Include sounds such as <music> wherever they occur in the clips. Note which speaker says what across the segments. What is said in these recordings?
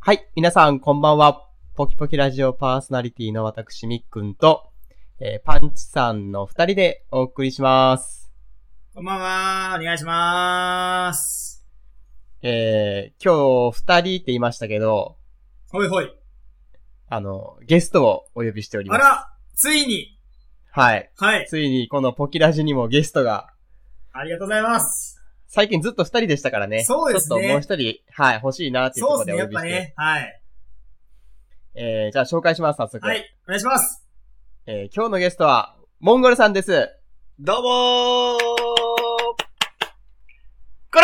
Speaker 1: はい、皆さんこんばんは。ポキポキラジオパーソナリティの私、みっくんと、えーパンチさんの二人でお送りします。
Speaker 2: こんばんは、お願いしまーす。
Speaker 1: えー今日二人って言いましたけど、
Speaker 2: ほいほい。
Speaker 1: あの、ゲストをお呼びしておりま
Speaker 2: あ
Speaker 1: す。
Speaker 2: ら、ついに、
Speaker 1: はい。
Speaker 2: はい、
Speaker 1: ついにこのポキラジにもゲストが、
Speaker 2: ありがとうございます。
Speaker 1: 最近ずっと二人でしたからね。
Speaker 2: そうですね
Speaker 1: ちょっともう一人、はい、欲しいなっていうとこ
Speaker 2: そ
Speaker 1: ろ
Speaker 2: うで
Speaker 1: ですお
Speaker 2: ね、や
Speaker 1: 呼
Speaker 2: っ
Speaker 1: びし
Speaker 2: ぱ
Speaker 1: て。
Speaker 2: ね。はい。
Speaker 1: えーじゃあ紹介します、早速。
Speaker 2: はい、お願いします。
Speaker 1: えー今日のゲストは、モンゴルさんです。
Speaker 3: どうもーこら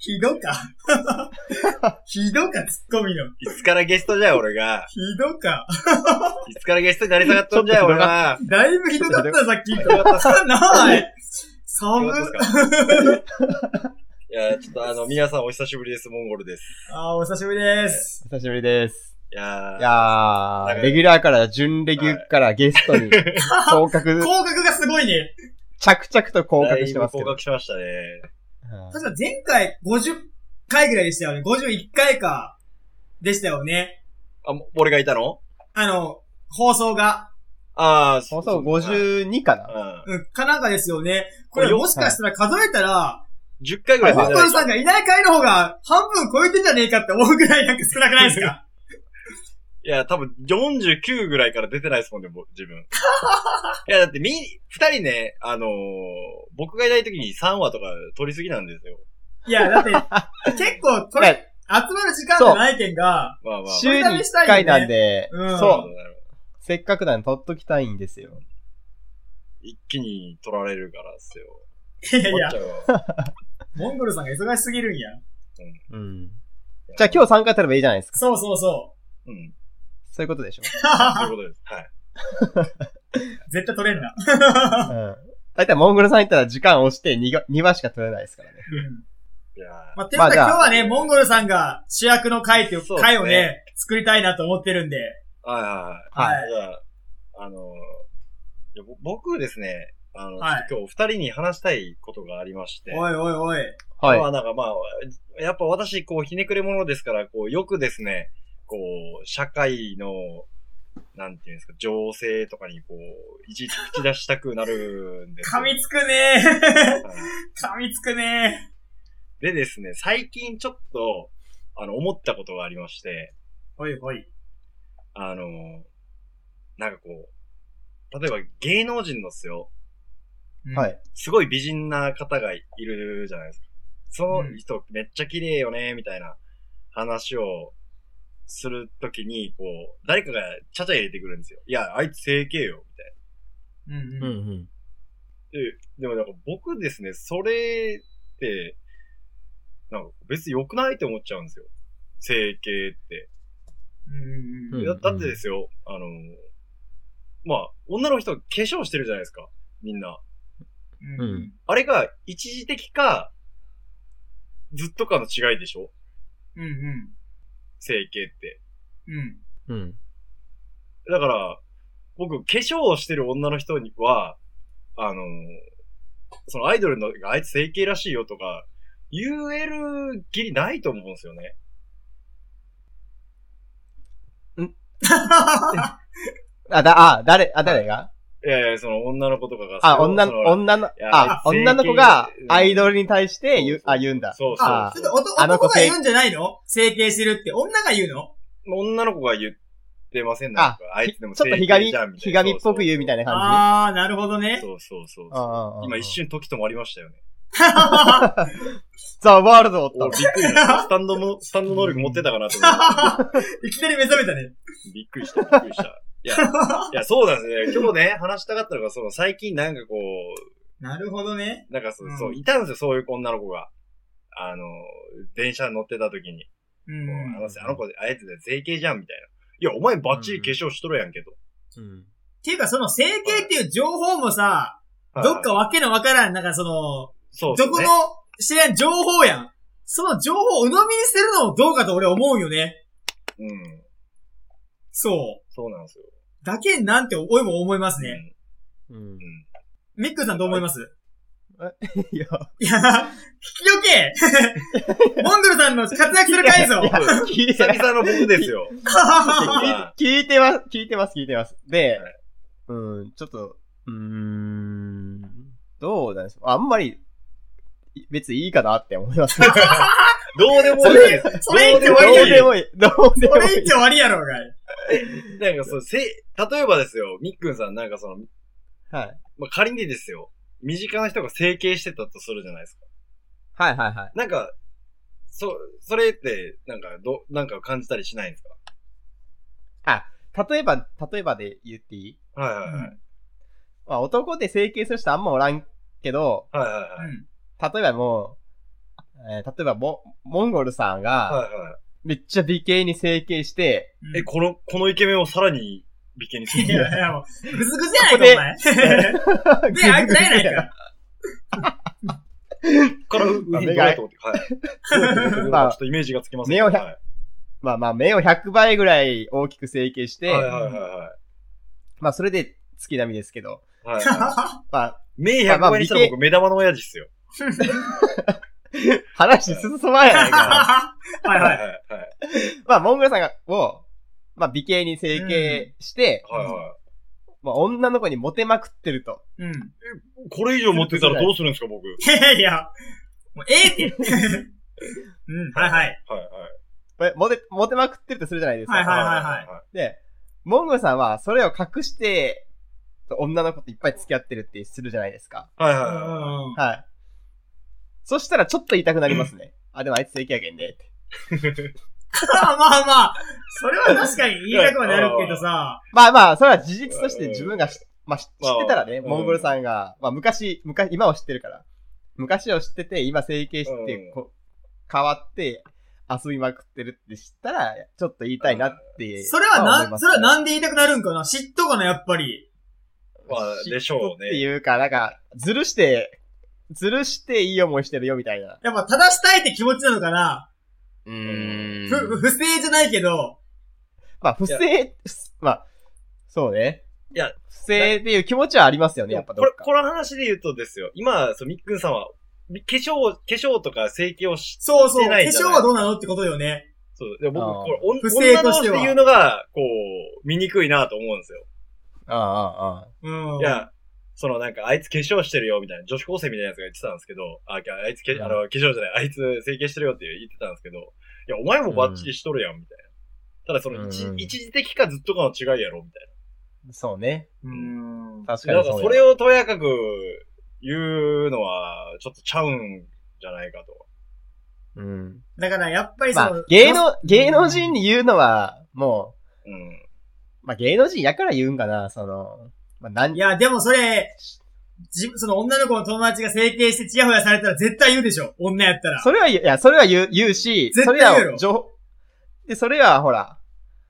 Speaker 2: ひどか。 <laughs> ひどか、ツッコミの。
Speaker 3: いつからゲストじゃん、俺が。
Speaker 2: ひどか。
Speaker 3: いつからゲストになりたかったんじゃん、
Speaker 1: ちょっと
Speaker 3: 俺は。
Speaker 2: だいぶひどかった、さっき
Speaker 3: ひ。どかったっす
Speaker 1: <laughs>
Speaker 3: か
Speaker 2: ない。
Speaker 3: ひ
Speaker 2: 寒
Speaker 3: どかったっすかいや、ちょっとあの、皆さんお久しぶりです、モンゴルです。
Speaker 2: あー、お久しぶりです。
Speaker 1: お久しぶりです。
Speaker 3: いやー
Speaker 1: いや
Speaker 3: なん
Speaker 1: ー、
Speaker 3: か
Speaker 1: レギュラーから準レギュからゲストに、降格、
Speaker 2: 広角がすごいね。
Speaker 1: 着々と降格してますけ
Speaker 3: だいぶ
Speaker 1: ど
Speaker 3: 降。格しましたね。
Speaker 1: はい
Speaker 2: 確か前回50回ぐらいでしたよね。51回か、でしたよね。
Speaker 3: あ、も俺がいたの
Speaker 2: あの、放送が。
Speaker 3: あー、
Speaker 1: 放送52かな
Speaker 3: うん。
Speaker 2: うん、かなんかですよね。これ
Speaker 3: これ
Speaker 2: もしかしたら数えたら、
Speaker 3: 10回ぐらい出
Speaker 2: 本
Speaker 3: て
Speaker 2: 当
Speaker 3: ない
Speaker 2: にさんがいない回の方が半分超えてんじゃねえかって思うぐらいなんか少なくないですか
Speaker 3: いや、多分49ぐらいから出てないですもんね、僕自分。 <laughs> いや、だってみ、二人ね、あのー僕がいない時に3話とか撮りすぎなんですよ。
Speaker 2: いや、だって、結構これ、集まる時間じゃないけんが、
Speaker 3: まあまあ。
Speaker 1: 週に1回なんで、
Speaker 2: うん
Speaker 3: なるほ
Speaker 1: そう、
Speaker 3: どなるほど
Speaker 1: せっかくなんで取っときたいんですよ。
Speaker 3: 一気に撮られるからっすよ。
Speaker 2: いやい
Speaker 3: 困
Speaker 2: や
Speaker 3: っち、
Speaker 1: <laughs>
Speaker 3: ゃうわ
Speaker 2: モンゴルさんが忙しすぎるんや。
Speaker 1: うん。じゃあ今日参加取ればいいじゃないですか。
Speaker 2: そうそう <laughs> そ
Speaker 3: うん。
Speaker 1: そういうこと
Speaker 3: <laughs>
Speaker 1: でしょ。
Speaker 3: そういうことです。はい。
Speaker 2: う。絶対取れんな。
Speaker 1: うん。だいたいモンゴルさん行ったら時間押して2が、2話しか取れないですからね。
Speaker 3: いやー
Speaker 2: まあ、ていう
Speaker 1: まあ
Speaker 2: か
Speaker 1: じゃ
Speaker 2: 今
Speaker 1: あ
Speaker 2: 日はね、モンゴルさんが主役の回っていう
Speaker 3: そうですね
Speaker 2: 回をね、作りたいなと思ってるんで。
Speaker 3: はいは
Speaker 1: はい
Speaker 3: いはい。じゃあ、あのーいやぼ僕ですね、あの、
Speaker 2: はい
Speaker 3: ちょっと今日二人に話したいことがありまして。
Speaker 2: おいおいおい。
Speaker 1: はい
Speaker 3: ま。あなんかまあ、やっぱ私、こう、ひねくれ者ですから、こう、よくですね、こう、社会の、なんていうんですか、情勢とかに、こう、いちいち口出したくなるんですよ
Speaker 2: 噛みつくね
Speaker 3: はい
Speaker 2: 噛みつくね
Speaker 3: でですね、最近ちょっと、あの、思ったことがありまして、
Speaker 2: おいおい。
Speaker 3: あの、なんかこう、例えば芸能人のっすよ、
Speaker 2: うん
Speaker 1: はい。
Speaker 3: すごい美人な方がいるじゃないですか。その
Speaker 2: うん
Speaker 3: 人、めっちゃ綺麗よね、みたいな話をするときに、こう、誰かがちゃちゃ入れてくるんですよ。いや、あいつ整形よ、みたいな。
Speaker 2: うんうん。
Speaker 1: ん。
Speaker 3: で、でもなんか僕ですね、それって、なんか別に良くないって思っちゃうんですよ。整形って。
Speaker 2: うんうんうん
Speaker 1: うん
Speaker 3: だだってですよ、あの、まあ、女の人化粧してるじゃないですか、みんな。
Speaker 2: うんうん
Speaker 3: あれが一時的か、ずっとかの違いでしょ
Speaker 2: うんうん
Speaker 3: 整形って。
Speaker 2: うん
Speaker 1: うん。
Speaker 3: だから、僕、化粧をしてる女の人には、あの、そのアイドルの、あいつ整形らしいよとか、言える義理ないと思うんですよね。
Speaker 1: あ、だ、あ、誰、あ、誰が
Speaker 3: いやいや、その女の子とかが。
Speaker 1: あ、女
Speaker 3: そ
Speaker 1: の、
Speaker 3: の
Speaker 1: 女の
Speaker 3: い、や
Speaker 1: あ、
Speaker 3: 整形
Speaker 1: 女の子がアイドルに対して
Speaker 3: そ
Speaker 1: 言
Speaker 3: う
Speaker 1: う
Speaker 3: そ、う
Speaker 1: あ、言うんだ。
Speaker 3: そうそう
Speaker 1: あ
Speaker 2: ちょっと男
Speaker 1: あの子
Speaker 2: 男が言うんじゃないの整形してるって。女が言うの
Speaker 3: 女の子が言ってませんなん
Speaker 1: あ
Speaker 3: か、あい
Speaker 1: ひ
Speaker 3: つ
Speaker 1: ち
Speaker 3: で
Speaker 1: ょっ
Speaker 3: も
Speaker 1: と
Speaker 3: 整形
Speaker 1: ひ
Speaker 3: じゃ
Speaker 1: が
Speaker 3: ん
Speaker 1: み
Speaker 3: みたいな。、
Speaker 1: ひがみっぽく言うみたい
Speaker 3: な。
Speaker 1: な感
Speaker 2: ああ、なるほどね。
Speaker 3: そうそうそう
Speaker 1: じ。
Speaker 3: そう。
Speaker 1: ああ
Speaker 3: 今一。瞬時止まりましたよね。
Speaker 1: ザ・ワールドおっ
Speaker 3: お
Speaker 1: た
Speaker 3: びっくりした。スタン
Speaker 1: <laughs>
Speaker 3: ドも、スタンド能力持ってたかなと思っ
Speaker 2: <laughs> いきなり目覚めた
Speaker 1: <laughs>
Speaker 2: ね。
Speaker 3: て。びっくりした、びっくりした。いや、いや、そうなんですね。今日ね、話したかったのが、その最近なんかこ
Speaker 2: なるほどね。
Speaker 3: う、なんかそう
Speaker 2: う、ん
Speaker 3: そう、いたんですよ、そういう女の子が。あの、電車に乗ってた時に。
Speaker 2: う。
Speaker 3: こうんあ
Speaker 2: っ
Speaker 3: のあの子、あいつで整形じゃん、みたいな。いや、お前バッチリ化粧しとるやんけど。
Speaker 1: うん
Speaker 2: ていうか、その整形っていう情報もさ、
Speaker 3: はい
Speaker 2: どっかわけのわからん、なんかその、
Speaker 3: そうです
Speaker 2: ど
Speaker 3: ね
Speaker 2: この知らん情報やん。その情報を鵜呑みにしてるのもどうかと俺思うよね。
Speaker 3: うん。
Speaker 2: そ
Speaker 3: そうなんですよ。
Speaker 2: う。だけなんて、おいも思いますね。
Speaker 3: ね。
Speaker 1: うん
Speaker 3: うん
Speaker 2: ミックさんどう思います
Speaker 1: えいや、
Speaker 2: いや、引きよけモンゴルさんの活躍する回ぞ
Speaker 1: いや <laughs> 聞いて
Speaker 3: 久
Speaker 1: ない
Speaker 3: 々の僕ですよ。
Speaker 1: 聞い聞いてます、聞いてます、聞いてます。で、
Speaker 3: はい
Speaker 1: うん、ちょっと、うーん、どうなんでしょう。あんまり、い別にいいかなって思い <laughs> ます、ね。
Speaker 3: どうでも
Speaker 2: そ
Speaker 3: いいで
Speaker 2: れ
Speaker 3: す。、
Speaker 2: <laughs> それ言って
Speaker 1: ど
Speaker 2: 終わ
Speaker 1: う
Speaker 2: りや
Speaker 1: で
Speaker 2: ろ。
Speaker 1: もいい。どうで
Speaker 2: そ
Speaker 1: も
Speaker 2: れ
Speaker 1: い
Speaker 2: 言っ
Speaker 1: い
Speaker 2: て。終わりやろうがい。
Speaker 3: なんかそう、せ、例えばですよ、みっくんさんなんかその、
Speaker 1: はい。
Speaker 3: まあ、仮にですよ、身近な人が整形してたとするじゃないですか。
Speaker 1: はいはいはい。
Speaker 3: なんか、そ、それって、なんか、ど、なんか感じたりしないんですか
Speaker 1: 例えば、例えばで言っていい
Speaker 3: はいはいはい。
Speaker 1: まあ男で整形する人あんまおらんけど、
Speaker 3: はいはいはい。
Speaker 1: 例えばもう、えー例えばモ、モンゴルさんが、
Speaker 3: はいは
Speaker 1: めっちゃ美形に整形して、
Speaker 2: うん
Speaker 3: い。え、この、このイケメンをさらに美形にす
Speaker 2: いや
Speaker 3: る。
Speaker 2: いや、もう、ぐずぐずやないか、お
Speaker 1: <laughs>
Speaker 2: 前。目開いてないやないか。
Speaker 3: から、う
Speaker 1: まあ
Speaker 3: ん
Speaker 1: 目
Speaker 3: ど
Speaker 1: が
Speaker 3: れと思って、はい。
Speaker 1: ま
Speaker 3: ま
Speaker 1: あ
Speaker 3: あ、ちょっとイメージがつきます
Speaker 1: 目をひゃ
Speaker 3: はい
Speaker 1: まあまあ、目を100倍ぐらい大きく整形して、
Speaker 3: はいはいは
Speaker 1: まあそれで月並みですけど、
Speaker 2: <laughs>
Speaker 3: いはい。はい
Speaker 1: まあ、
Speaker 3: 目100倍にしたら僕、目玉の親父っすよ。
Speaker 1: 話進まんやない
Speaker 2: <laughs>
Speaker 1: か。
Speaker 2: はいはい。
Speaker 3: はいはい。
Speaker 1: まあ、モンゴルさんが、を、まあ美形に整形して、
Speaker 3: はいは
Speaker 1: まあ女の子にモテまくってると。
Speaker 2: うん。
Speaker 3: い。これ以上持ってたらどうするんですか、僕。はい
Speaker 2: いやいや、もうええって。うん、はいはい。
Speaker 3: はい。
Speaker 1: これモテ、モテまくってるとするじゃないですか。
Speaker 2: はいはい
Speaker 1: で、モンゴルさんはそれを隠して、女の子といっぱい付き合ってるってするじゃないですか。
Speaker 3: はいはいはいうはいはい。
Speaker 2: ん。
Speaker 1: はい。そしたらちょっと痛くなりますね。あ、でもあいつ整形やけんね。って
Speaker 2: まあまあまあ、それは確かに言いたくはなるけどさ、
Speaker 1: まあまあ、それは事実として自分がし、まあ、し知
Speaker 3: まあ
Speaker 1: ってたらね、
Speaker 3: うん
Speaker 1: モンゴルさんが、まあ昔、昔、今を知ってるから。昔を知ってて、今整形し
Speaker 3: う
Speaker 1: て
Speaker 3: ん、
Speaker 1: こう、変わって、遊びまくってるって知ったら、ちょっと言いたいなって。
Speaker 2: それは
Speaker 1: まあ思い
Speaker 2: な、
Speaker 1: ます
Speaker 2: それはなんで言いたくなるんかな嫉妬かな、やっぱり。
Speaker 3: まあでしょう
Speaker 1: 嫉妬っ
Speaker 3: ね
Speaker 1: ていうか、なんか、ずるして、ずるしていい思いしてるよみたいな。
Speaker 2: やっぱ正したいって気持ちなのかな
Speaker 1: う
Speaker 2: ふ、不正じゃないけど、
Speaker 1: まあ、不正、まあ、そうね。
Speaker 3: いや、
Speaker 1: 不正っていう気持ちはありますよね、やっぱど
Speaker 3: これ
Speaker 1: っ、か。
Speaker 3: この話で言うとですよ。今、そうみっくんさんは、み化粧、化粧とか整形をし、
Speaker 2: そうそう、
Speaker 3: して
Speaker 2: 化
Speaker 3: ないじゃ
Speaker 2: 粧
Speaker 3: ない
Speaker 2: はどうなのってことよね。
Speaker 3: そう。で僕、
Speaker 1: あー
Speaker 3: これ、おん
Speaker 2: 不正
Speaker 3: 女
Speaker 2: と
Speaker 3: 同
Speaker 2: し
Speaker 3: 士
Speaker 2: て
Speaker 3: っ
Speaker 2: は
Speaker 3: ていうのが、こう、醜いなと思うんですよ。
Speaker 1: ああ、ああ、
Speaker 2: うん。
Speaker 3: いや、そのなんか、あいつ化粧してるよ、みたいな、女子高生みたいなやつが言ってたんですけど、あ、きゃあいつ化、
Speaker 1: うん
Speaker 3: あの、化粧じゃない、あいつ整形してるよって言ってたんですけど、いや、お前もバッチリしとるやん、みたいな。ただ、その一、
Speaker 1: うん
Speaker 3: 一時的かずっとかの違いやろ、みたい
Speaker 1: そうね。
Speaker 2: うん。
Speaker 1: 確か
Speaker 3: な。なん
Speaker 1: に
Speaker 3: か、
Speaker 1: そう
Speaker 3: それをとやかく言うのは、ちょっとちゃうんじゃないかと。
Speaker 1: うん。
Speaker 2: だから、やっぱりそ
Speaker 1: まあ
Speaker 2: の、、
Speaker 1: 芸能、芸能人に言うのは、も
Speaker 3: うん。
Speaker 1: う、まあ芸能人やから言うんかな、その、まあ何、
Speaker 2: いや、でもそれ、じ、その女の子の友達が整形してチヤホヤされたら絶対言うでしょ。女やったら。
Speaker 1: それは言う、いや、それは言う、言うし、
Speaker 2: 絶
Speaker 1: そ
Speaker 2: 対
Speaker 1: れら
Speaker 2: 言う
Speaker 1: を、
Speaker 2: よ
Speaker 1: 情報、で、それはほら、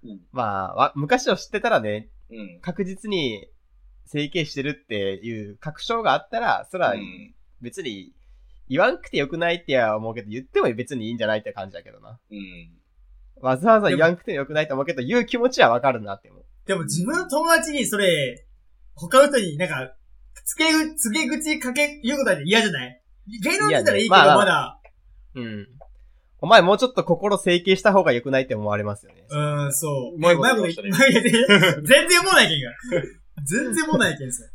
Speaker 3: うん
Speaker 1: まあ、わ昔を知ってたらね、
Speaker 3: うん。
Speaker 1: 確実に整形してるっていう確証があったら、それは
Speaker 3: うん
Speaker 1: 別に言わんくてよくないっては思うけど、言っても別にいいんじゃないって感じだけどな。
Speaker 3: うん。
Speaker 1: わざわざ言わんくてよくないと思うけど、言う気持ちはわかるなって思う。
Speaker 2: でも自分の友達にそれ、他の人になんか、つけぐ、つけ口かけ、言うことは嫌じゃない芸能人ならいいけど、
Speaker 1: 嫌ねまあ
Speaker 2: まだ、
Speaker 1: うん。お前もうちょっと心整形した方が良くないって思われますよね。
Speaker 2: うーん、そう。
Speaker 3: うまいこと言い
Speaker 2: 言
Speaker 3: ま
Speaker 2: い
Speaker 3: した
Speaker 2: ま
Speaker 3: ね
Speaker 2: いこと言い全然もうないけんが。全然もうないけんすよ。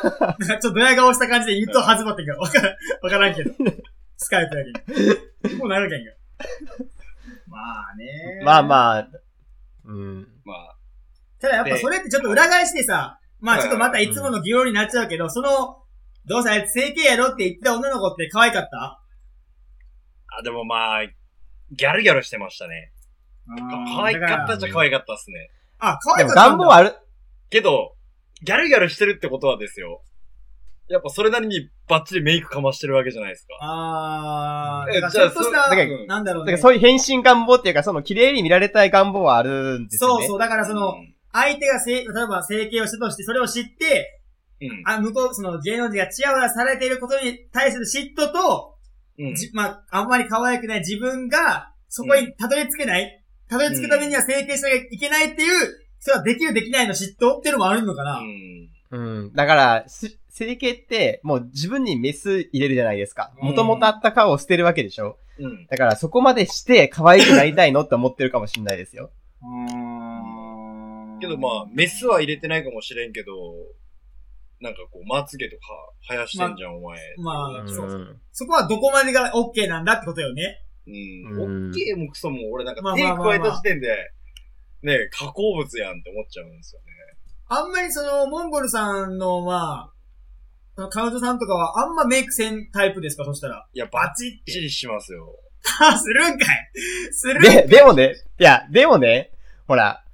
Speaker 2: なんかちょっとドヤ顔した感じで言うと始まってんが。わからん、わからんけど。スカイプやけん。もうなるけんが。まあね。
Speaker 1: まあまあ、うん。
Speaker 3: まあ、
Speaker 2: ただやっぱそれってちょっと裏返してさ、まあちょっとまたいつもの議論になっちゃうけど、その、どうせあいつ整形やろって言ってた女の子って可愛かった。
Speaker 3: あ、でもまあ、ギャルギャルしてましたね。可愛かったたじゃ可愛かったっすね。
Speaker 2: あ、可
Speaker 1: で
Speaker 2: 愛
Speaker 1: も
Speaker 2: かった
Speaker 1: 願
Speaker 2: ん
Speaker 1: 望
Speaker 2: だ。
Speaker 1: はある。
Speaker 3: けど、ギャルギャルしてるってことはですよ。やっぱそれなりにバッチリメイクかましてるわけじゃないですか。
Speaker 2: あー、
Speaker 3: え
Speaker 2: だからちょっとし
Speaker 3: じゃあ
Speaker 2: た
Speaker 1: そ、
Speaker 3: うん
Speaker 2: なんだろ
Speaker 1: だ
Speaker 2: う
Speaker 1: から
Speaker 2: ね。
Speaker 1: そういう変身願望っていうか、その綺麗に見られたい願望はあるんですよ
Speaker 2: そ
Speaker 1: ね。。
Speaker 2: うそうう、だからその、相手がせ、例えば整形をしたとして、それを知って、
Speaker 3: うん、
Speaker 2: あ、向こう、その芸能人がチヤホヤされていることに対する嫉妬と、
Speaker 3: うん。
Speaker 2: じまあ、あんまり可愛くない自分が、そこにたどり着けない、たどり着くためには整形しなきゃいけないっていう、それはできるできないの嫉妬っていうのもあるのかな、
Speaker 3: うん
Speaker 1: うん。だから、しセリ系って、もう自分にメス入れるじゃないですか。
Speaker 3: うん
Speaker 1: もともとあった顔を捨てるわけでしょ。
Speaker 3: うん。
Speaker 1: だからそこまでして可愛くなりたいのって思ってるかもしれないですよ。
Speaker 2: うん
Speaker 3: けどまあ、メスは入れてないかもしれんけど、なんかこう、まつげとか生やしてんじゃん、お前。
Speaker 2: まあ
Speaker 1: う
Speaker 2: そうんそこはどこまでが OK なんだってことよね。
Speaker 3: うん。
Speaker 1: うん
Speaker 3: オッケーもクソも俺なんか
Speaker 2: まあ
Speaker 3: 手
Speaker 2: まあまあまあ
Speaker 3: 加えた時点で、ねえ、加工物やんって思っちゃうんですよね。
Speaker 2: あんまりその、モンゴルさんの、まあ、彼女さんとかはあんまメイクせんタイプですかそしたら。 <laughs>
Speaker 3: いや、バチッチリしますよ。
Speaker 2: あ、するんかいするん
Speaker 1: で、でもね、いや、でもね、ほら、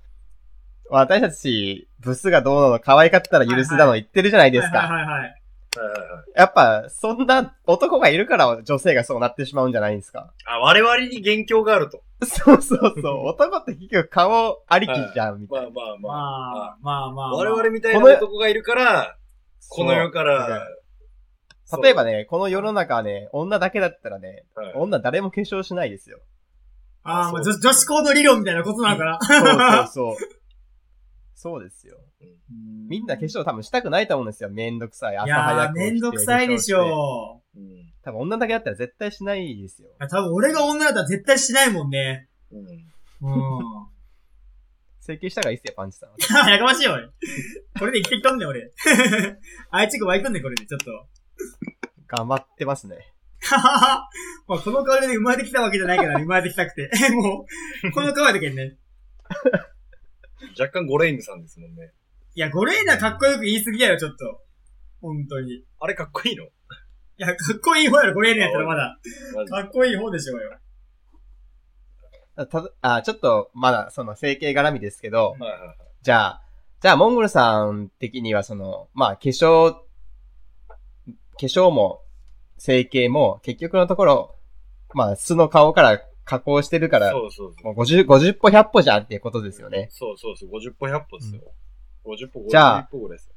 Speaker 1: 私たち、ブスがどうなの可愛かったら許すだの言ってるじゃないです
Speaker 2: は
Speaker 1: か。
Speaker 2: いはいはいはい。
Speaker 3: はいはいはい。
Speaker 1: やっぱ、そんな男がいるから女性がそうなってしまうんじゃないんですか。
Speaker 3: あ、我々に元凶があると。
Speaker 1: そうそうそう。男って結局顔ありきじゃん、みた
Speaker 3: ま
Speaker 1: い
Speaker 3: あ
Speaker 1: な。
Speaker 3: まあま
Speaker 2: ま
Speaker 3: あ。
Speaker 2: あ、まあまあ。
Speaker 3: 我々みたいな男がいるから、この世か
Speaker 1: そう
Speaker 3: ら。
Speaker 1: そう例えば
Speaker 3: ね、
Speaker 1: ね、この世の中はね、女だけだったらね、
Speaker 3: はい
Speaker 1: 女誰も化粧しないですよ。
Speaker 2: ああ、まあ、女女子校の理論みたいなことなのかな。
Speaker 1: そうそうそう。そうですよ。
Speaker 2: <laughs>
Speaker 1: みんな化
Speaker 2: 決
Speaker 1: 粧多分したくないと思うんですよ。めんどくさい。
Speaker 2: い
Speaker 1: 朝
Speaker 2: や
Speaker 1: 早
Speaker 2: ー、
Speaker 1: く
Speaker 2: めん
Speaker 1: 起きて
Speaker 2: どくさいでし。
Speaker 1: 化粧て
Speaker 2: ょ
Speaker 3: うん
Speaker 1: 多分女だけだったら絶対しないですよ。
Speaker 2: う。多分俺が女だったら絶対しないもんね。
Speaker 3: うん
Speaker 2: うん。 <laughs>
Speaker 1: 整形した方がいいっすよ、パンチさんは。
Speaker 2: やかまし
Speaker 1: <laughs>
Speaker 2: いよ、俺。これで生きてきとんねん、俺。 <laughs> あいつく湧いとんねん、これで、ちょっと。 <laughs>
Speaker 1: 頑張ってますね。
Speaker 2: ははは。まあ、この顔でね、生まれてきたわけじゃないからね、生まれてきたくて。 <laughs> もう、この顔だけどね。
Speaker 3: 若干ゴレイムさんですもんね。
Speaker 2: いや、ゴレーナかっこよく言いすぎやよ、ちょっと。本当に。い
Speaker 3: あれかっこいいの
Speaker 2: や、かっこいい方やろ、ゴレーナやったらまだ。
Speaker 3: マジで
Speaker 2: かっこいい方でしょうよ。
Speaker 1: ただあ、ちょっと、まだ、その、整形絡みですけど、
Speaker 3: はいはいはい
Speaker 1: じゃあ、じゃあ、モンゴルさん的には、その、まあ、化粧、化粧も、整形も、結局のところ、まあ、素の顔から加工してるから、
Speaker 3: そうそうそう。
Speaker 1: もう50、50歩100歩じゃんっていうことですよ
Speaker 3: <laughs>
Speaker 1: ね。
Speaker 3: そうそうそう。50歩100歩ですよ。50歩、
Speaker 1: じゃあ
Speaker 3: 51歩ぐらいですよ。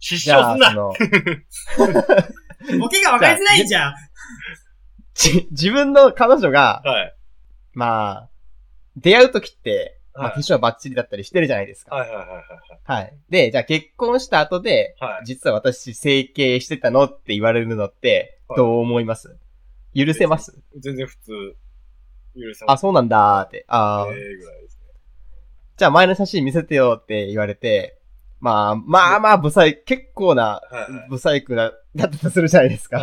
Speaker 3: 失笑
Speaker 1: そ
Speaker 3: すんな
Speaker 1: の、
Speaker 2: ボケが分かりづらいんじゃん。
Speaker 1: じ自分の彼女が、
Speaker 3: はい。
Speaker 1: まあ、出会うときって、まあ、
Speaker 3: は
Speaker 1: 化
Speaker 3: い
Speaker 1: 粧バッチリだったりしてるじゃないですか。
Speaker 3: はいはいはいはい
Speaker 1: はい。で、じゃあ結婚した後で、
Speaker 3: はい。はい。
Speaker 1: 実は私整形してたのって言われるのって
Speaker 3: は、い
Speaker 1: どう思います、許せます
Speaker 3: 全然普通、許せま
Speaker 1: あ、
Speaker 3: す。
Speaker 1: そうなんだーって。あー
Speaker 3: ええぐらいですね。
Speaker 1: じゃあ前の写真見せてよって言われて、まあ、まあまあ、ブサイ、結構な
Speaker 3: はいはい、
Speaker 1: ブサイクな、だったとするじゃないですか。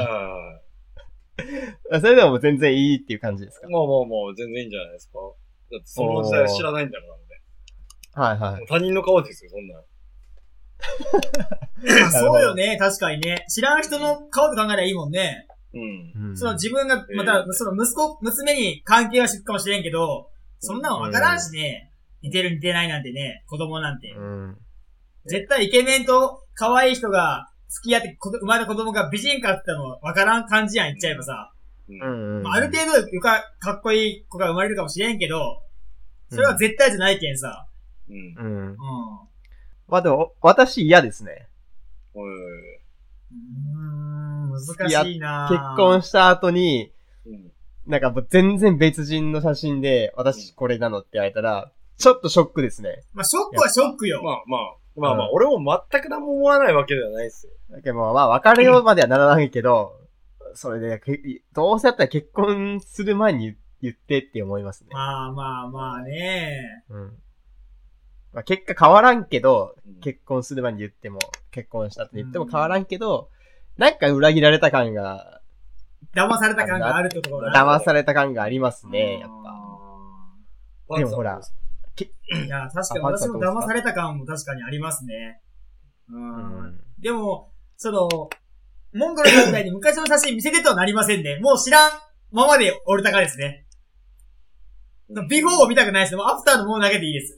Speaker 3: あ
Speaker 1: それでも全然いいっていう感じですか
Speaker 3: あ。もうもうもう全然いいんじゃないですか。だってその時代知らないんだからね。
Speaker 1: はいは
Speaker 3: も。
Speaker 1: いう
Speaker 3: 他人の顔ですよ、そんなん。
Speaker 2: まあそうよね、確かにね。知らん人の顔と考えればいいもんね。
Speaker 3: うん。
Speaker 1: うん
Speaker 2: その自分が、
Speaker 3: えー
Speaker 2: また、その息子、娘に関係はしてるかもしれんけど、そんなの分からんしね。似てる似てないなんてね、子供なんて。
Speaker 1: うん。
Speaker 2: 絶対イケメンと可愛い人が付き合ってこ生まれた子供が美人かって言ったの分からん感じやん言っちゃえばさ。
Speaker 3: うん
Speaker 1: うん。
Speaker 2: まあ、ある程度よか、かっこいい子が生まれるかもしれんけど、それは絶対じゃないけんさ。
Speaker 3: うん。
Speaker 1: 度。うん
Speaker 2: う。
Speaker 1: まあでも、私嫌ですね。
Speaker 3: おいおい
Speaker 2: ん。うーん、難しいな
Speaker 1: 結婚した後に、
Speaker 3: おいうん。
Speaker 1: なんかもう全然別人の写真で、私これなのって言われたら、ちょっとショックですね。
Speaker 2: まあ、ショックはショックよ。
Speaker 3: <laughs> まあまあ、まあま
Speaker 1: う
Speaker 3: あ、俺も全く何も思わないわけではないですよ。
Speaker 1: だけどまあ、別れようまではならないけど、それで、けどうせだったら結婚する前に言ってって思いますね。
Speaker 2: まあまあまあね。
Speaker 1: うん。まあ、結果変わらんけど、
Speaker 3: うん
Speaker 1: 結婚する前に言っても、結婚したって言っても変わらんけど、なんか裏切られた感が、
Speaker 2: 騙された感があるってところだな。
Speaker 1: 騙された感がありますね、やっぱ。でもほら
Speaker 3: パンツ
Speaker 2: いや、確かに
Speaker 1: あパンツ
Speaker 2: 私
Speaker 1: さんど
Speaker 2: も
Speaker 1: うですか
Speaker 2: 騙された感も確かにありますね。う。
Speaker 1: うんん。
Speaker 2: でも、その、モンゴルさんみたいに昔の写真見せてとはなりませんね。もう知らんままでおるたかですね。
Speaker 3: さん
Speaker 2: ビフォーを見たくないですね。もうアフターのものだけでいいです。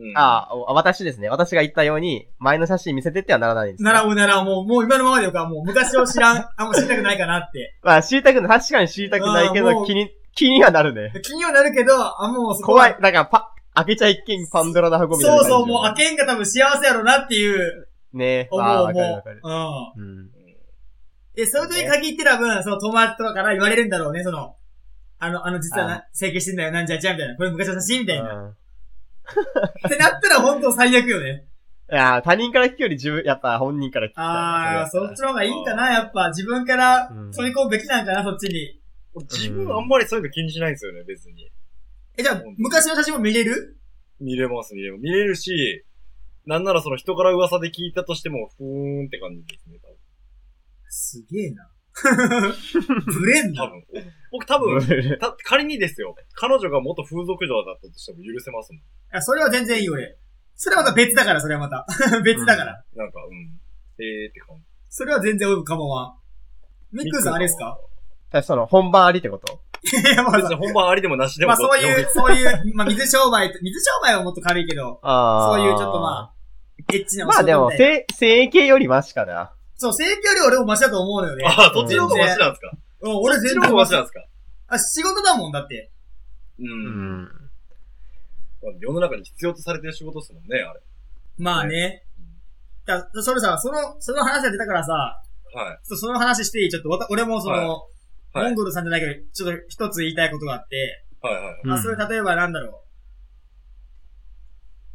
Speaker 3: うん
Speaker 1: ああ、お私ですね。私が言ったように、前の写真見せてってはならないんですね。
Speaker 2: ならおうなら、もう、もう今のままでよか、もう昔を知らん、あんま知りたくないかなって。
Speaker 1: まあ、知りたくない、確かに知りたくないけ
Speaker 2: あーも
Speaker 1: ど、
Speaker 2: う
Speaker 1: 気に、気にはなるね。
Speaker 2: 気にはなるけど、あ、もうそこは
Speaker 1: 怖い。。なんか、パ、開けちゃいけんパンドラの箱みたいな
Speaker 2: そ
Speaker 1: 感じ。
Speaker 2: うそう、もう開けんが多分幸せやろなっていう、
Speaker 1: ねえ。
Speaker 2: 思う、
Speaker 1: まあ、わかる
Speaker 2: も
Speaker 1: わかる。
Speaker 2: う。うん。
Speaker 1: うん。
Speaker 2: で、その時に限って多分、その友達とかから言われるんだろうね、その、あの、あの、実は
Speaker 1: あ
Speaker 2: な、整形してんだよ、なんじゃちゃんみたいな。これ昔の写真みたいな。
Speaker 1: うん
Speaker 2: ってなったら本当最悪よね。
Speaker 1: いやー、他人から聞くより自分、やっぱ本人から聞きたい
Speaker 2: あ
Speaker 1: な。
Speaker 2: あ、
Speaker 1: それ
Speaker 2: そ
Speaker 1: だ
Speaker 2: っ
Speaker 1: っ
Speaker 2: ちの方がいいんかな、やっぱ。自分から
Speaker 1: うん
Speaker 2: 取り込むべきなんかな、そっちに。
Speaker 3: 俺自分あんまりそういうの気にしないんですよね、別に。
Speaker 2: え、じゃあ、昔の写真も見れる
Speaker 3: 見れます、見れます。見れるし、なんならその人から噂で聞いたとしても、ふーんって感じですね、
Speaker 2: すげえ
Speaker 1: <laughs>
Speaker 2: な。ブレん
Speaker 3: 多
Speaker 2: な。
Speaker 3: 分。多分。僕多分、
Speaker 1: 分。
Speaker 3: た仮にですよ、彼女が元風俗嬢だったとしても許せますもん。
Speaker 2: あ、それは全然いい、俺。それはまた別だから、それはまた。 <laughs> 別だから。
Speaker 3: なんか、うん。えーって感じ。
Speaker 2: それは全然俺も構わん。ミックさんあれですか
Speaker 1: だ <laughs> その、本番ありってこと
Speaker 2: いや、まあ
Speaker 3: 別に本番ありでもなしで
Speaker 2: ま
Speaker 3: も
Speaker 2: あ
Speaker 3: どっ
Speaker 2: そう
Speaker 3: ちでも
Speaker 2: いう、そういう、まあ水商売と、水商売はもっと軽いけど、
Speaker 1: ああ。
Speaker 2: そういうちょっとまエッチな
Speaker 1: まあでも、
Speaker 2: せ
Speaker 1: せ、整形よりマシかな。
Speaker 2: そう、性教より俺もマシだと思うのよね。
Speaker 3: ああ、どっちの方がマシなんですか
Speaker 2: うん、俺
Speaker 3: どっ
Speaker 2: 全
Speaker 3: ち
Speaker 2: 然
Speaker 3: の方が
Speaker 2: マ
Speaker 3: マ
Speaker 2: シ
Speaker 3: シ
Speaker 2: だ。
Speaker 3: なんですか
Speaker 2: あ、仕事だもん、だって。
Speaker 3: う。
Speaker 1: うんん。
Speaker 3: 世の中に必要とされてる仕事ですもんね、あれ。
Speaker 2: まあね。だ、それさ、その、その話が出たからさ、
Speaker 3: はい。
Speaker 2: ちょっとその話していいちょっとわた、俺もその、
Speaker 3: はい
Speaker 2: モンゴルさんじゃないけど、ちょっと一つ言いたいことがあって、
Speaker 3: はいはい。
Speaker 1: うん
Speaker 2: あ、それ例えばなんだろ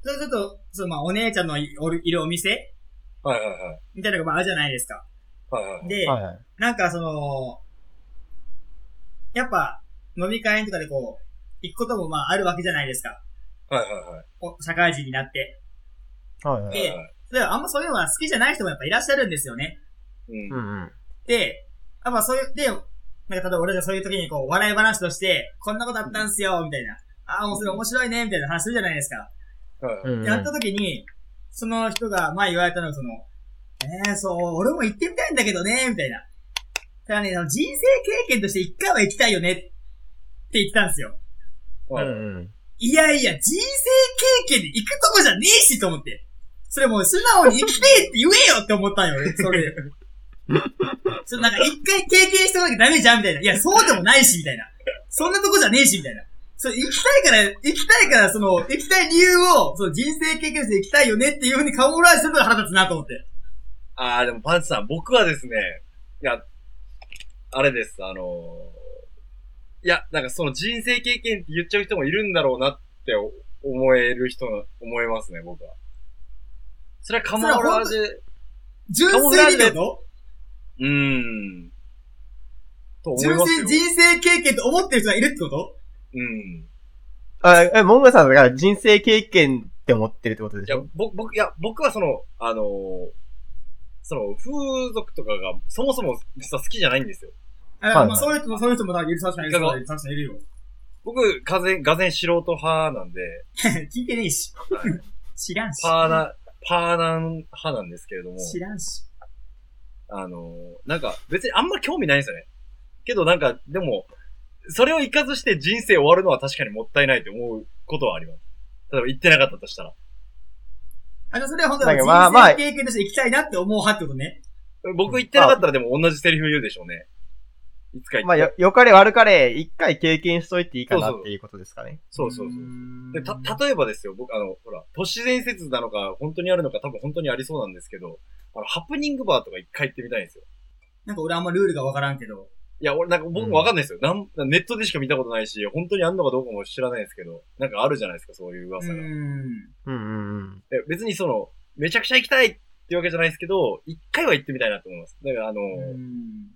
Speaker 2: う。それちょっと、そう、まあ、お姉ちゃんのいおるいるお店
Speaker 3: はいはいはい。
Speaker 2: みたいなのが、まあ、あるじゃないですか。
Speaker 3: はいはいはい。
Speaker 2: で、
Speaker 1: はいはい。
Speaker 2: なんかその、やっぱ、飲み会とかでこう、行くこともまああるわけじゃないですか。
Speaker 3: はいはいはい。
Speaker 2: お社会人になって。
Speaker 1: はいはい。
Speaker 2: で
Speaker 3: はいはい
Speaker 2: で、あんまそういうのは好きじゃない人もやっぱいらっしゃるんですよね。
Speaker 3: うん
Speaker 1: う。んうん。
Speaker 2: で、やっぱそういう、で、なんか例えば俺がそういう時にこう、笑い話として、こんなことあったんすよ、みたいな。ああ、もうそれ面白いね、みたいな話するじゃないですか。
Speaker 3: はいはい。
Speaker 1: うんうん
Speaker 2: やった時に、その人が、まあ言われたのはその、えー、そう、俺も行ってみたいんだけどね、みたいな。ただね、その人生経験として一回は行きたいよね、って言ったんですよ。
Speaker 1: う
Speaker 3: はい
Speaker 1: んうん。
Speaker 2: いやいや、人生経験で行くとこじゃねえし、と思って。それもう素直に行きてえって言えよって思ったんよ、俺それで。それなんか一回経験しておかなきゃダメじゃん、みたいな。いや、そうでもないし、みたいな。そんなとこじゃねえし、みたいな。それ行きたいから、行きたいから、その、行きたい理由を、その人生経験として行きたいよねっていうふうに顔を裏にするのが腹立つなと思って。
Speaker 3: ああ、でもパンチさん、僕はですね、いや、あれです、あのーいや、なんかその人生経験って言っちゃう人もいるんだろうなってお思える人の、思いますね、僕は。それはカモフラージュ、う
Speaker 2: 純粋にってこと
Speaker 3: ーん。と思い
Speaker 2: 純
Speaker 3: ます
Speaker 2: 粋
Speaker 3: よ
Speaker 2: に。人生経験と思ってる人がいるってこと
Speaker 3: うん。い
Speaker 1: あ、え、モンゴルさんだから人生経験って思ってるってことでし
Speaker 3: や
Speaker 1: ょ、
Speaker 3: 僕、僕、いや、僕はその、あのーその、風俗とかが、そもそも実は好きじゃないんですよ。
Speaker 2: あ、だからまあ
Speaker 1: はい
Speaker 2: そういう人も、そういう人も、だから許させない人も許させないいるよ。
Speaker 3: 僕、がぜん、がぜん素人派なんで、
Speaker 2: <laughs> 聞いてねえし。知らんし。
Speaker 3: パーナ、パーナン派なんですけれども、
Speaker 2: 知らんし。
Speaker 3: あの、なんか別にあんま興味ないんですよね。けどなんか、でも、それを活かずして人生終わるのは確かにもったいないと思うことはあります。例えば行ってなかったとしたら。
Speaker 2: あ、じゃあそれは本当
Speaker 1: だ
Speaker 2: に
Speaker 1: け
Speaker 2: 人
Speaker 1: どまあまあ
Speaker 2: 生経験として行きたいなって思う派ってことね。
Speaker 3: 僕行ってなかったらでも同じセリフ言うでしょうね。いつか行
Speaker 1: まあ、よ、よかれ悪かれ、一回経験しといていいかなっていうことですかね。
Speaker 3: そうそうそう。で、た、例えばですよ、僕、あの、ほら、都市伝説なのか、本当にあるのか、多分本当にありそうなんですけど、あの、ハプニングバーとか一回行ってみたいんですよ。
Speaker 2: なんか俺あんまルールがわからんけど。
Speaker 3: いや、俺、なんか僕もわかんないですよ、なん。ネットでしか見たことないし、本当にあんのかどうかも知らないですけど、なんかあるじゃないですか、そういう
Speaker 2: う
Speaker 3: 噂
Speaker 2: ー
Speaker 3: が。
Speaker 2: ん。
Speaker 1: うんうんうん。
Speaker 3: え別にその、めちゃくちゃ行きたいっていうわけじゃないですけど、一回は行ってみたいなと思います。だからあの、
Speaker 2: うーん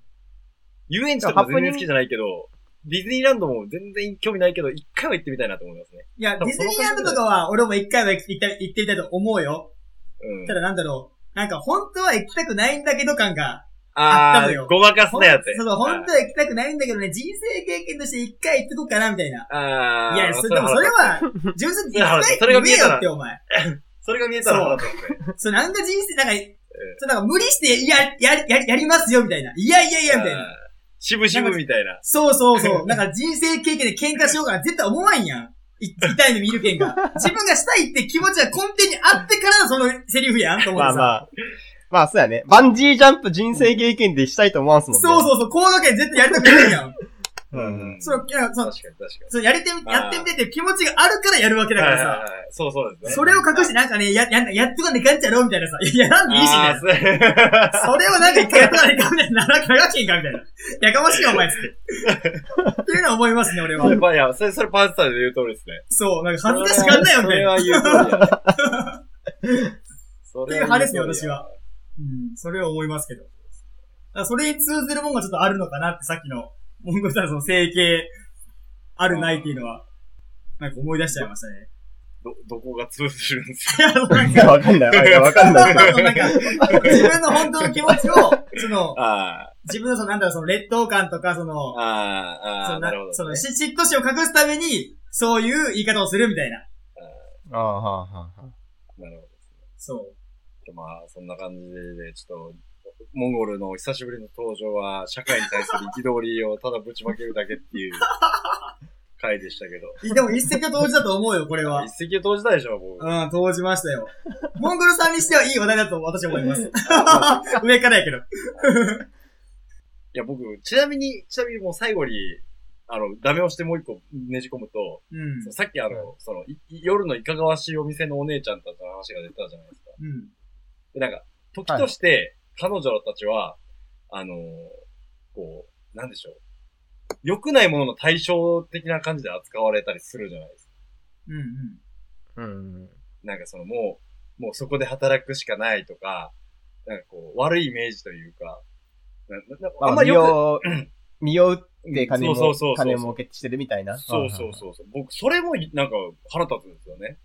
Speaker 3: 遊園地とかも全然好きじゃないけど、ディズニーランドも全然興味ないけど、一回は行ってみたいなと思いますね。
Speaker 2: いや、デ
Speaker 3: 多
Speaker 2: ィ
Speaker 3: 分
Speaker 2: ズニーランドとかは俺も一回は行きたい行ってみたいと思うよ。
Speaker 3: うん
Speaker 2: た。だなんだろう。なんか本当は行きたくないんだけど感が。あった
Speaker 3: あ
Speaker 2: の
Speaker 3: ー、
Speaker 2: よ
Speaker 3: ごまかす
Speaker 2: ほん
Speaker 3: なやつ。
Speaker 2: そうそう、本当
Speaker 3: に。
Speaker 2: は行きたくないんだけどね、人生経験として一回行っとこうかな、みたいな。
Speaker 3: あー、
Speaker 2: いや、それでもそれは、純粋に行きたいって
Speaker 3: それ
Speaker 2: 言
Speaker 3: が
Speaker 2: え
Speaker 3: 見えた
Speaker 2: よ
Speaker 3: ら
Speaker 2: って、お前。
Speaker 3: それが見えたら腹立つね。
Speaker 2: そう、なんか人生、なんか、そうなんか無理して、いや、や、や、やりますよ、みたいな。いやいやいや、みたいな
Speaker 3: あー。渋々みたいな。
Speaker 2: そうそうそう。なんか人生経験で喧嘩しようかな絶対思わんやん。い痛いの見る喧嘩。自分がしたいって気持ちが根底にあってからのそのセリフやんと思って
Speaker 1: まあ
Speaker 2: さ。
Speaker 1: まあ。まあ、そうやね。バンジージャンプ人生経験でしたいと思わんすもんね。
Speaker 2: そうそうそう、行動権絶対やりたくないやん。
Speaker 1: う
Speaker 3: うん
Speaker 1: ん。
Speaker 2: その、いやその
Speaker 3: 確かに確かに。
Speaker 2: そのやりてみ、やってみてって気持ちがあるからやるわけだから
Speaker 3: はい
Speaker 2: さ。
Speaker 3: はいはいそうそうですね。
Speaker 2: それを隠してなんかね、や、やん、やっとかねかんちゃろうみたいなさ。いや、なんでいいしみたいな。
Speaker 3: あー
Speaker 2: それをなんか一回やっとかねかんみたいな。なんかやけんかみたいな。やかましいよお前っつって。っていうのは思いますね、俺
Speaker 3: <laughs> そう
Speaker 2: は
Speaker 3: それ。まあいや、それ、それパンツさんで言う通りですね。
Speaker 2: そう、なんか恥ずかしがんなよみた
Speaker 3: そ
Speaker 2: い
Speaker 3: れ
Speaker 2: な。
Speaker 3: は言う通りだ。そ
Speaker 2: ていう
Speaker 3: れ
Speaker 2: 派ですね、
Speaker 3: 言う通
Speaker 2: 私 <laughs>
Speaker 3: りや
Speaker 2: は。うん、それを思いますけど。だからそれに通ずるもんがちょっとあるのかなって、さっきの、モンゴルさんのその整形、あるないっていうのは、なんか思い出しちゃいましたね。
Speaker 3: ど、どこが通じるんですか
Speaker 2: い
Speaker 3: <laughs>
Speaker 2: や、なんか、
Speaker 1: いやわかんない。わかんない。
Speaker 2: なんか、自分の本当の気持ちを、その、
Speaker 3: あ
Speaker 2: 自分のその、なんだろう、その劣等感とか、その
Speaker 3: あ、、ああ、あ
Speaker 2: そ
Speaker 3: あ、
Speaker 2: ん
Speaker 3: な
Speaker 2: な
Speaker 3: るほ
Speaker 2: その、
Speaker 3: ど、ね。
Speaker 2: し嫉妬心を隠すために、そういう言い方をするみたいな。
Speaker 1: ああ、はあ、はあ。
Speaker 3: なるほど。
Speaker 2: そ
Speaker 3: ちょまあ、そんな感じで、ちょっと、モンゴルの久しぶりの登場は、社会に対する憤りをただぶちまけるだけって
Speaker 2: <laughs>
Speaker 3: いう回でしたけど。
Speaker 2: う。でも一石を投じたと思うよ、これは。
Speaker 3: 一石を投じたでしょ、僕。
Speaker 2: うん、投じましたよ。モンゴルさんにしてはいい話題だと私は思い
Speaker 3: <laughs>
Speaker 2: ます。
Speaker 3: あ
Speaker 2: 上からやけど。
Speaker 3: いや、僕、ちなみに、ちなみにもう最後に、あの、ダメをしてもう一個ねじ込むと、
Speaker 2: うん。
Speaker 3: さっきあの、その、い夜のいかがわしいお店のお姉ちゃんたちの話が出たじゃないですか。
Speaker 2: うん。
Speaker 3: で、なんか、時として、彼女たちは、あのーこう、なんでしょう。良くないものの対象的な感じで扱われたりするじゃないですか。
Speaker 2: うん。
Speaker 1: うん。
Speaker 3: なんかそのもう、もうそこで働くしかないとか、なんかこう、悪いイメージというか、ななな
Speaker 1: あ
Speaker 3: あ
Speaker 1: んま
Speaker 3: んま
Speaker 1: り
Speaker 3: り
Speaker 1: よ
Speaker 3: よ
Speaker 1: く。見ようって金も、
Speaker 3: そうそうそうそう
Speaker 1: 金儲けしてるみたいな。
Speaker 3: く、そうそうそうそう。僕、それもなんか腹立つんですよね。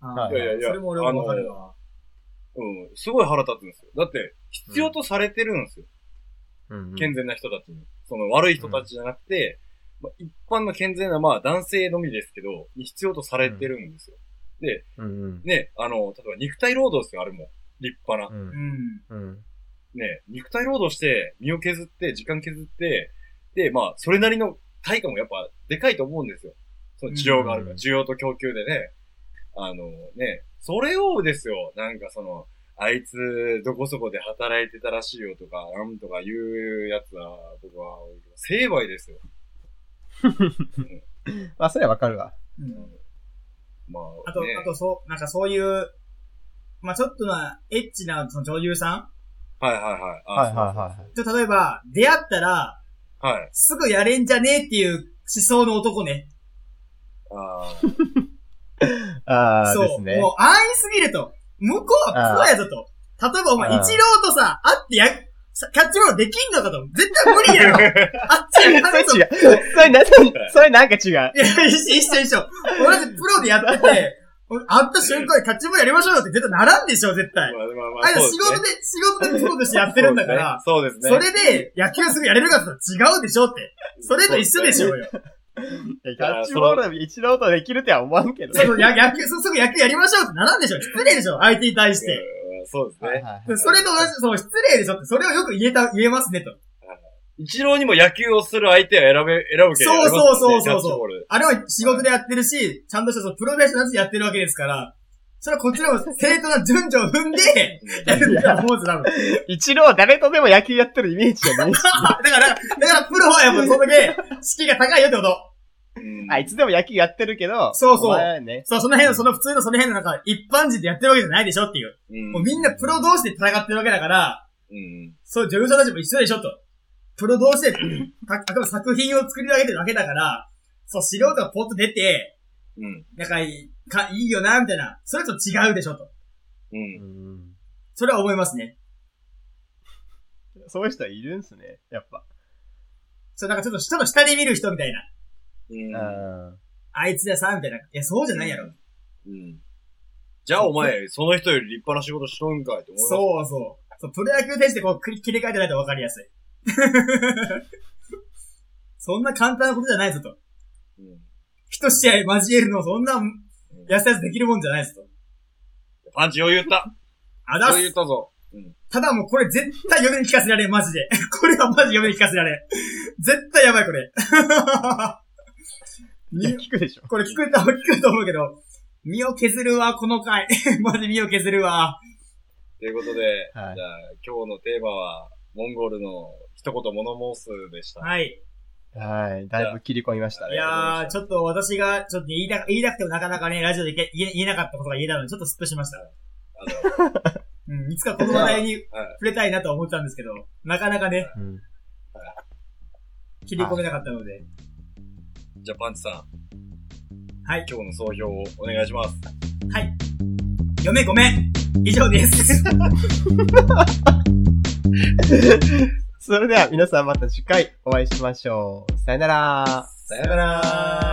Speaker 2: あー
Speaker 1: いやい
Speaker 3: やいや
Speaker 2: それも俺もわかるわ。
Speaker 3: うん、すごい腹立つんですよ。だって、必要とされてるんですよ。
Speaker 1: うんうん。
Speaker 3: 健全な人たちに。その悪い人たちじゃなくて、まあ、一般の健全な、まあ男性のみですけど、に必要とされてるんですよ。
Speaker 1: うんうん。
Speaker 3: ね、あの、例えば肉体労働ですよ、あれも。立
Speaker 1: う。
Speaker 3: 派な。
Speaker 2: うんん。
Speaker 1: うん。
Speaker 3: ね、肉体労働して、身を削って、時間削って、で、まあ、それなりの対価もやっぱ、でかいと思うんですよ。その需要があるか
Speaker 1: う
Speaker 3: ら、
Speaker 1: ん
Speaker 3: 需要と供給でね。あのね、それをですよ、なんかその、あいつ、どこそこで働いてたらしいよとか、なんとか言うやつは、僕は、成敗ですよ。
Speaker 1: まあ、それはわかるわ。
Speaker 2: うん
Speaker 3: ま
Speaker 2: あ
Speaker 3: あ、
Speaker 2: と、
Speaker 3: ね、
Speaker 2: あとそう、なんかそういう、まあちょっとな、エッチな、その女優さ
Speaker 3: はいはいはい。あ
Speaker 1: はいはいは
Speaker 2: んと例えば、出会ったら、
Speaker 3: い。はい。
Speaker 2: すぐやれんじゃねえっていう思想の男ね。
Speaker 3: あー
Speaker 1: い。ああ、
Speaker 2: そう。
Speaker 1: ですね
Speaker 2: も。う安易すぎると。向こうはプロやぞと。例えばお前、
Speaker 1: あ
Speaker 2: 一
Speaker 1: あ
Speaker 2: 郎とさ、会ってや、さキャッチボールできんのかと。絶対無理やろ。あっちゃ
Speaker 1: それ
Speaker 2: うと。い
Speaker 1: 違う。それなんか、それなんか違う。
Speaker 2: や、一緒一緒一緒。俺だってプロでやってて、俺会った瞬間にキャッチボールやりましょうよって絶対ならんでしょ、絶対。
Speaker 3: まあまあまあ
Speaker 2: あいつ
Speaker 3: そう
Speaker 2: 仕事で、仕事でプロとしてやってるんだから、
Speaker 3: そうですね。
Speaker 2: それで野球すぐやれるかと違うでしょって。それと一緒でしょうよ。
Speaker 1: キャッチボール一郎とできるとは思わんけど
Speaker 2: そ
Speaker 1: ね。
Speaker 2: のや野球、すぐ野球やりましょうってならんでしょ。失礼でしょ、相手に対し
Speaker 3: う
Speaker 2: て。
Speaker 3: んそうですね。
Speaker 1: はい
Speaker 2: でそれと同じ、その失礼でしょって、それをよく言えた、言えますねと。
Speaker 3: 一郎にも野球をする相手を選べ、選ぶけ
Speaker 2: そうそうそうそう
Speaker 3: キャッチボ
Speaker 2: そ
Speaker 3: ー
Speaker 2: う
Speaker 3: ル。
Speaker 2: あれは仕事でやってるし、ちゃんとしたそのプロフェッショナルでやってるわけですから、それはこちらも正当な順序を踏んで、やるんだと思うんですよ、多分。
Speaker 1: 一郎誰とでも野球やってるイメージじゃないし。
Speaker 2: だから、だからプロはやっぱそのけ、士気が高いよってこと。 <laughs>
Speaker 3: うん
Speaker 1: あいつでも野球やってるけど。
Speaker 2: そうそう
Speaker 1: お前はね。
Speaker 2: そう、その辺の、その普通のその辺のなんか、一般人でやってるわけじゃないでしょっていう。
Speaker 3: うん
Speaker 2: もうみんなプロ同士で戦ってるわけだから、
Speaker 3: うん。
Speaker 2: そう、女優さんたちも一緒でしょと。プロ同士で、たあくまで作品を作り上げてるわけだから、そう、素人がポッと出て、
Speaker 3: うん。
Speaker 2: なんかいい、か、いいよな、みたいな。それと違うでしょ、と。
Speaker 3: う。
Speaker 1: うんん
Speaker 2: それは思いますね。
Speaker 1: そういう人はいるんすね。やっぱ。
Speaker 2: そう、なんかちょっと、ちょっと下で見る人みたいな。
Speaker 3: うん
Speaker 1: うん
Speaker 2: あいつださ、みたいな。いや、そうじゃないやろ。
Speaker 3: うん。じゃあお前、その人より立派な仕事しとんかいって思います
Speaker 2: そうそう。そう、プロ野球選手でこう、くり切り替えてないと分かりやすい。 <laughs> そんな簡単なことじゃないぞと。
Speaker 3: う。ん。
Speaker 2: 一試合交えるの、そんな、やすやすできるもんじゃないぞと。
Speaker 3: パンチ余裕った。
Speaker 2: あだ
Speaker 3: 余
Speaker 2: す
Speaker 3: 裕ったぞ。うん。
Speaker 2: ただもうこれ絶対嫁に聞かせられん、マジで。 <laughs> これはマジ嫁に聞かせられん。絶対やばい、これ。
Speaker 1: いや聞くでしょ。
Speaker 2: これ <laughs> 聞くと、聞くと思うけど、身を削るわ、この回。 <laughs> マジ身を削るわ。
Speaker 3: ということで、
Speaker 1: はい
Speaker 3: じゃあ今日のテーマは、モンゴルの一言物申すでした。
Speaker 2: はい。
Speaker 1: はい。だいぶ切り込みました
Speaker 2: い
Speaker 1: ね。
Speaker 2: やー、ちょっと私が、ちょっと言いた、言いたくてもなかなかね、ラジオで言え言えなかったことが言えたので、ちょっとスッとしました。
Speaker 3: あの、
Speaker 2: <laughs> うん、いつかこの話題に触れたいなとは思ってたんですけど、なかなかね、
Speaker 1: うん
Speaker 2: 切り込めなかったので。
Speaker 3: じゃあパンチさん。
Speaker 2: はい
Speaker 3: 今日の総評をお願いします。
Speaker 2: はい。嫁ごめん。以上です。
Speaker 1: それでは皆さんまた次回お会いしましょう。さよなら。
Speaker 3: さよなら